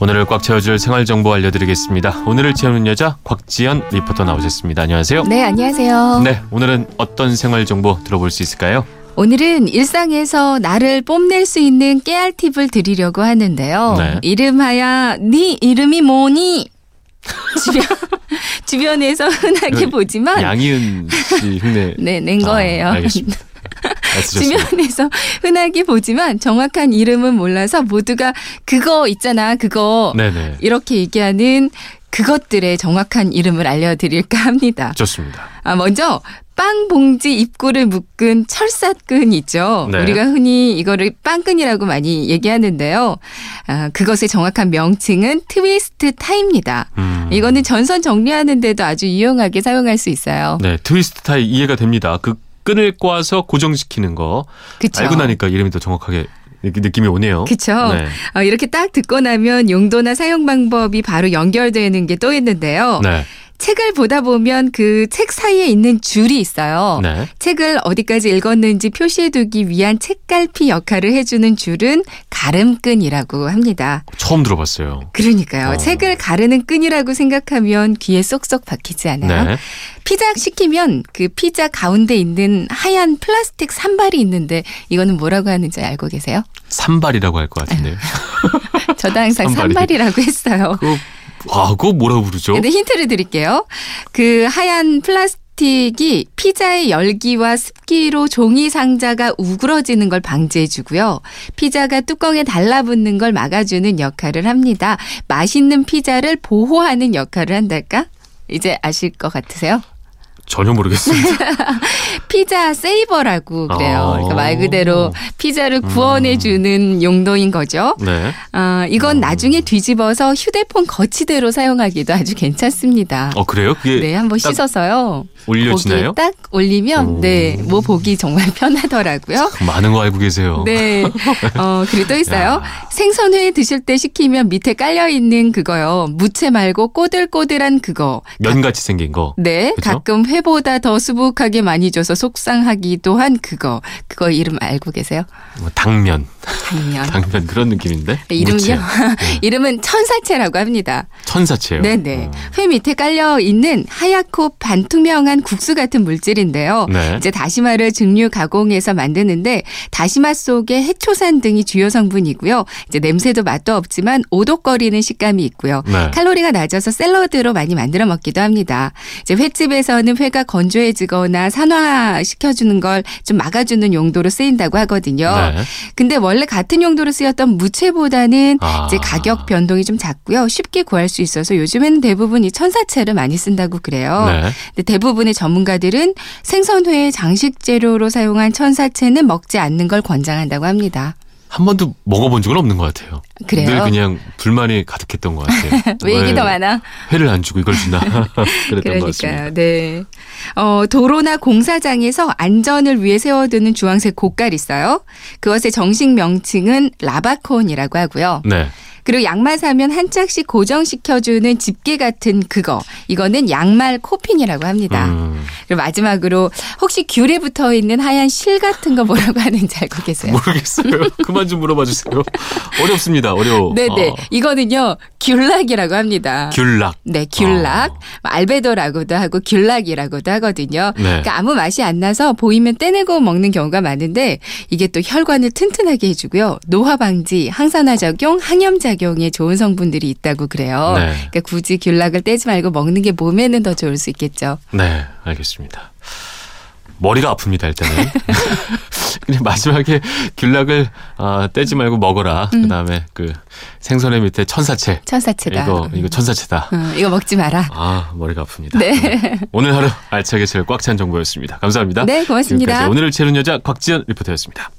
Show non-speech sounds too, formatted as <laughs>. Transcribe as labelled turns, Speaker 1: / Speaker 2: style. Speaker 1: 오늘을 꽉 채워줄 생활 정보 알려드리겠습니다. 오늘을 채우는 여자 곽지연 리포터 나오셨습니다. 안녕하세요.
Speaker 2: 네, 안녕하세요.
Speaker 1: 네, 오늘은 어떤 생활 정보 들어볼 수 있을까요?
Speaker 2: 오늘은 일상에서 나를 뽐낼 수 있는 깨알 팁을 드리려고 하는데요.
Speaker 1: 네.
Speaker 2: 이름하야 네 이름이 뭐니? 주변, <laughs> 주변에서 흔하게
Speaker 1: 이건
Speaker 2: 보지만
Speaker 1: 양희은
Speaker 2: <laughs>
Speaker 1: 씨 흉내
Speaker 2: 네, 낸 아, 거예요.
Speaker 1: 아, 알겠습니다. 잘 쓰셨습니다.
Speaker 2: <laughs> 주변에서 흔하게 보지만 정확한 이름은 몰라서 모두가 그거 있잖아, 그거
Speaker 1: <laughs> 네네
Speaker 2: 이렇게 얘기하는 그것들의 정확한 이름을 알려드릴까 합니다.
Speaker 1: 좋습니다.
Speaker 2: 아, 먼저 빵 봉지 입구를 묶은 철사끈 있죠.
Speaker 1: 네.
Speaker 2: 우리가 흔히 이거를 빵끈이라고 많이 얘기하는데요. 아, 그것의 정확한 명칭은 트위스트 타입니다.
Speaker 1: 음,
Speaker 2: 이거는 전선 정리하는데도 아주 유용하게 사용할 수 있어요.
Speaker 1: 네 트위스트 타이 이해가 됩니다. 그 끈을 꽈서 고정시키는 거
Speaker 2: 그쵸?
Speaker 1: 알고 나니까 이름이 더 정확하게 이렇게 느낌이 오네요.
Speaker 2: 그쵸?
Speaker 1: 네.
Speaker 2: 어, 이렇게 딱 듣고 나면 용도나 사용 방법이 바로 연결되는 게 또 있는데요.
Speaker 1: 네.
Speaker 2: 책을 보다 보면 그 책 사이에 있는 줄이 있어요.
Speaker 1: 네.
Speaker 2: 책을 어디까지 읽었는지 표시해두기 위한 책갈피 역할을 해주는 줄은 가름끈이라고 합니다.
Speaker 1: 처음 들어봤어요.
Speaker 2: 그러니까요.
Speaker 1: 어.
Speaker 2: 책을 가르는 끈이라고 생각하면 귀에 쏙쏙 박히지 않아요.
Speaker 1: 네.
Speaker 2: 피자 시키면 그 피자 가운데 있는 하얀 플라스틱 산발이 있는데 이거는 뭐라고 하는지 알고 계세요?
Speaker 1: 산발이라고 할 것 같은데요.
Speaker 2: 네. 저도 항상
Speaker 1: <laughs> 산발이.
Speaker 2: 산발이라고 했어요.
Speaker 1: 그거 아 그거 뭐라고 부르죠?
Speaker 2: 근데 네, 힌트를 드릴게요. 그 하얀 플라스틱이 피자의 열기와 습기로 종이 상자가 우그러지는 걸 방지해주고요. 피자가 뚜껑에 달라붙는 걸 막아주는 역할을 합니다. 맛있는 피자를 보호하는 역할을 한달까? 이제 아실 것 같으세요?
Speaker 1: 전혀
Speaker 2: <laughs>
Speaker 1: 모르겠습니다.
Speaker 2: 피자 세이버라고 그래요.
Speaker 1: 아. 음.
Speaker 2: 그러니까 말 그대로 피자를 구원해주는 용도인 거죠.
Speaker 1: 네.
Speaker 2: 어, 이건 나중에 뒤집어서 휴대폰 거치대로 사용하기도 아주 괜찮습니다.
Speaker 1: 어 그래요? 그게
Speaker 2: 네, 한번
Speaker 1: 딱
Speaker 2: 씻어서요.
Speaker 1: 올려지나요?
Speaker 2: 고기에 딱 올리면
Speaker 1: 오.
Speaker 2: 네, 뭐 보기 정말 편하더라고요.
Speaker 1: 그 많은 거 알고 계세요.
Speaker 2: 네. 어, 그리고 또 있어요.
Speaker 1: 야.
Speaker 2: 생선회 드실 때 시키면 밑에 깔려 있는 그거요. 무채 말고 꼬들꼬들한 그거.
Speaker 1: 면같이 생긴 거.
Speaker 2: 네,
Speaker 1: 그죠?
Speaker 2: 가끔 회보다 더 수북하게 많이 줘서 속상하기도 한 그거. 그거 이름 알고 계세요?
Speaker 1: 뭐 당면,
Speaker 2: 당면.
Speaker 1: 당면 그런 느낌인데.
Speaker 2: 네, <laughs> 이름은요?
Speaker 1: 무채,
Speaker 2: 이름은 천사채라고 합니다.
Speaker 1: 천사채요.
Speaker 2: 네네.
Speaker 1: 어.
Speaker 2: 회 밑에 깔려 있는 하얗고 반투명한 국수 같은 물질인데요.
Speaker 1: 네.
Speaker 2: 어, 이제 다시마를 증류 가공해서 만드는데 다시마 속에 해초산 등이 주요 성분이고요. 이제 냄새도 맛도 없지만 오독거리는 식감이 있고요.
Speaker 1: 네.
Speaker 2: 칼로리가 낮아서 샐러드로 많이 만들어 먹기도 합니다. 이제 횟집에서는 회가 건조해지거나 산화시켜주는 걸 좀 막아주는 용도로 쓰인다고 하거든요.
Speaker 1: 네.
Speaker 2: 근데 원래 같은 용도로 쓰였던 무채보다는
Speaker 1: 아.
Speaker 2: 이제 가격 변동이 좀 작고요. 쉽게 구할 수 있어서 요즘에는 대부분 이 천사채를 많이 쓴다고 그래요.
Speaker 1: 네.
Speaker 2: 근데 대부분의 전문가들은 생선회의 장식 재료로 사용한 천사채는 먹지 않는 걸 권장한다고 합니다.
Speaker 1: 한 번도 먹어본 적은 없는 것 같아요.
Speaker 2: 그래요?
Speaker 1: 늘 그냥 불만이 가득했던 것 같아요.
Speaker 2: <laughs> 왜 얘기 더 많아?
Speaker 1: 회를 안 주고 이걸 주나 네, <laughs> 그랬던 것 같습니다.
Speaker 2: 그러니까요. 네. 어, 도로나 공사장에서 안전을 위해 세워두는 주황색 고깔 있어요. 그것의 정식 명칭은 라바콘이라고 하고요.
Speaker 1: 네.
Speaker 2: 그리고 양말 사면 한 짝씩 고정시켜주는 집게 같은 그거. 이거는 양말 코핀이라고 합니다.
Speaker 1: 음,
Speaker 2: 그리고 마지막으로 혹시 귤에 붙어 있는 하얀 실 같은 거 뭐라고 하는지 알고 계세요?
Speaker 1: 모르겠어요. <laughs> 그만 좀 물어봐 주세요. 어렵습니다. 어려워.
Speaker 2: 네네.
Speaker 1: 어,
Speaker 2: 이거는요, 귤락이라고 합니다.
Speaker 1: 귤락.
Speaker 2: 네, 귤락.
Speaker 1: 어.
Speaker 2: 알베도라고도 하고 귤락이라고도 하거든요.
Speaker 1: 네.
Speaker 2: 그러니까 아무 맛이 안 나서 보이면 떼내고 먹는 경우가 많은데 이게 또 혈관을 튼튼하게 해주고요. 노화 방지, 항산화 작용, 항염 작용에 좋은 성분들이 있다고 그래요.
Speaker 1: 네.
Speaker 2: 그러니까 굳이 귤락을 떼지 말고 먹는 게 몸에는 더 좋을 수 있겠죠.
Speaker 1: 네, 알겠습니다. 머리가 아픕니다, 일단은. <laughs> 근데 마지막에 귤락을 아, 떼지 말고 먹어라. 그 다음에 그 생선의 밑에 천사채.
Speaker 2: 천사채다.
Speaker 1: 이거, 이거 천사채다.
Speaker 2: 그러니까. 음, 이거 먹지 마라.
Speaker 1: 아, 머리가 아픕니다. 네. 오늘 하루 알차게 제일 꽉 찬 정보였습니다. 감사합니다.
Speaker 2: 네, 고맙습니다.
Speaker 1: 지금까지 오늘을 채운 여자 곽지연 리포터였습니다.